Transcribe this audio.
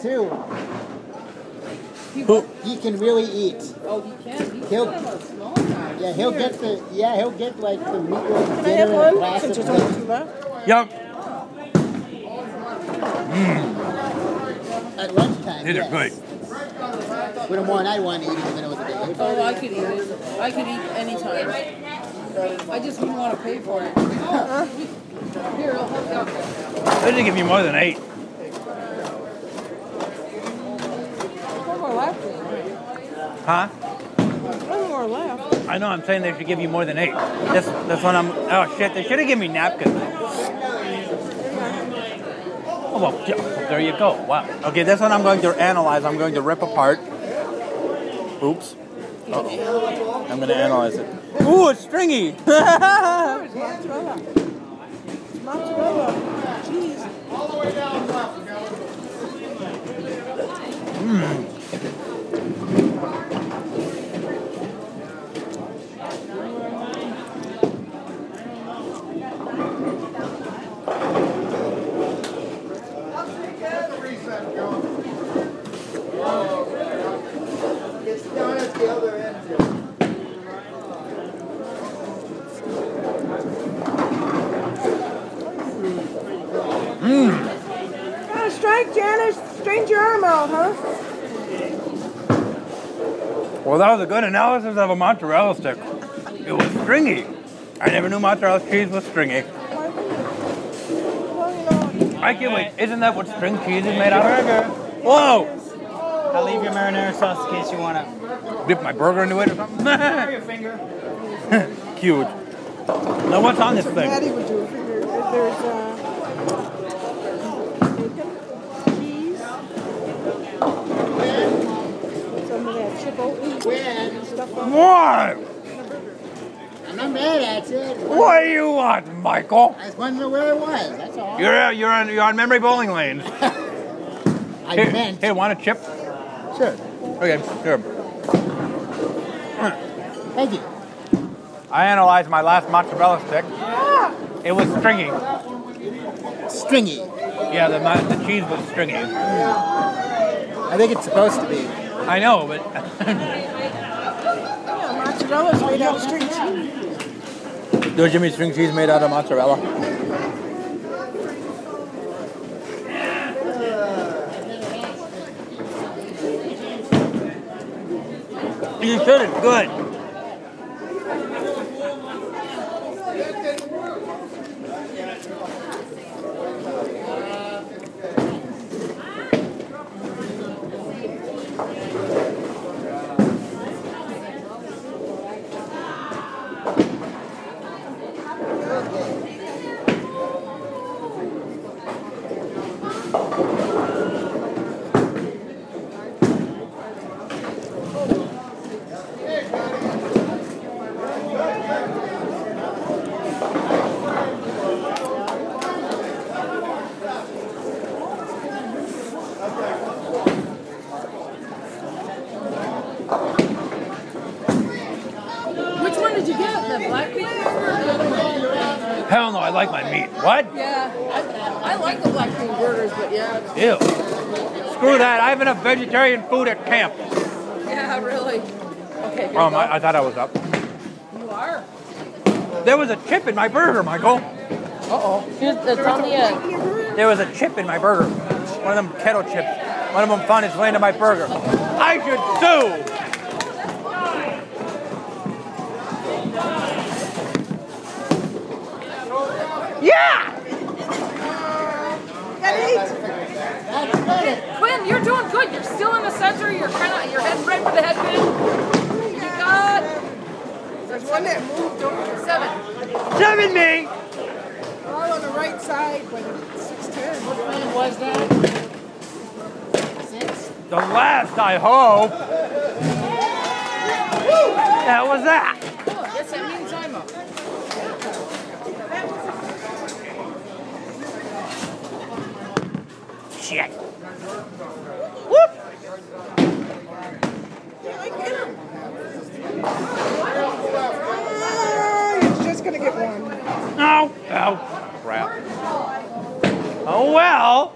too. Who? He can really eat. Oh, he can. He's He'll- kind of a small guy. Yeah, he'll get the yeah, he'll get like the meatloaf dinner and a Can I have one? glass Since of there's milk. only two left. Yep. at lunchtime. These are yes. good. Wouldn't want I want to eat in the middle of the day. Oh, I could eat it. I could eat anytime. I just wouldn't want to pay for it. Here, I'll hook you up. They didn't give me more than eight. One more left. Huh? One more left. I know. I'm saying they should give you more than eight. That's that's what I'm. Oh shit! They should have given me napkins. Oh well, yeah, there you go. Wow. Okay, that's what I'm going to analyze. I'm going to rip apart. Oops. Uh-oh. I'm going to analyze it. Ooh, it's stringy. There's mozzarella. It's mozzarella. Cheese. It's down at the other end. Got a strike, Janice. Strange your arm out, huh? Well, that was a good analysis of a mozzarella stick. It was stringy. I never knew mozzarella cheese was stringy. Why wouldn't you? Well, you know, I can't wait. Isn't that what string cheese is made out of? Whoa! I'll leave your marinara sauce in case you want to. Dip my burger into it or something? your finger. Cute. Now, what's on this thing? Patty would do a finger. There's uh, bacon, cheese, some of that chipotle When stuff on What? I'm not mad at it. What do you want, Michael? I just wanted to know where it was. That's all. You're uh, you're on you're on memory bowling lane. I Here, meant here, want a chip? sure. Okay, here. Thank you. I analyzed my last mozzarella stick. It was stringy. Stringy. Yeah, the, mo- the cheese was stringy. I think it's supposed to be. I know, but Yeah, mozzarella's made out of string cheese. Do Jimmy string cheese made out of mozzarella? You should. It's good. Which one did you get? The black bean? Hell no, I like my meat. What? Yeah, I, I like the black bean burgers, but yeah, Ew. Screw that. I have enough vegetarian food at camp. yeah, really. Okay, here Oh, you my, I thought I was up. go. You are. There was a chip in my burger, Michael. Here's, it's on the end. There was a chip in my burger. One of them kettle chips. One of them found its way into my burger. I should sue. Yeah. Got eight. That's better. Quinn, you're doing good. You're still in the center. You're kind of you're heading right for the headband. You got There's one that moved over. seven. Seven me. All on the right side, but it's 6'10. When was that? Six. The last, I hope. That was that. Oh, yes, that means I'm up. Shit. Yeah, I get him. Ah, it's just gonna get one. No. Oh, crap. Oh well.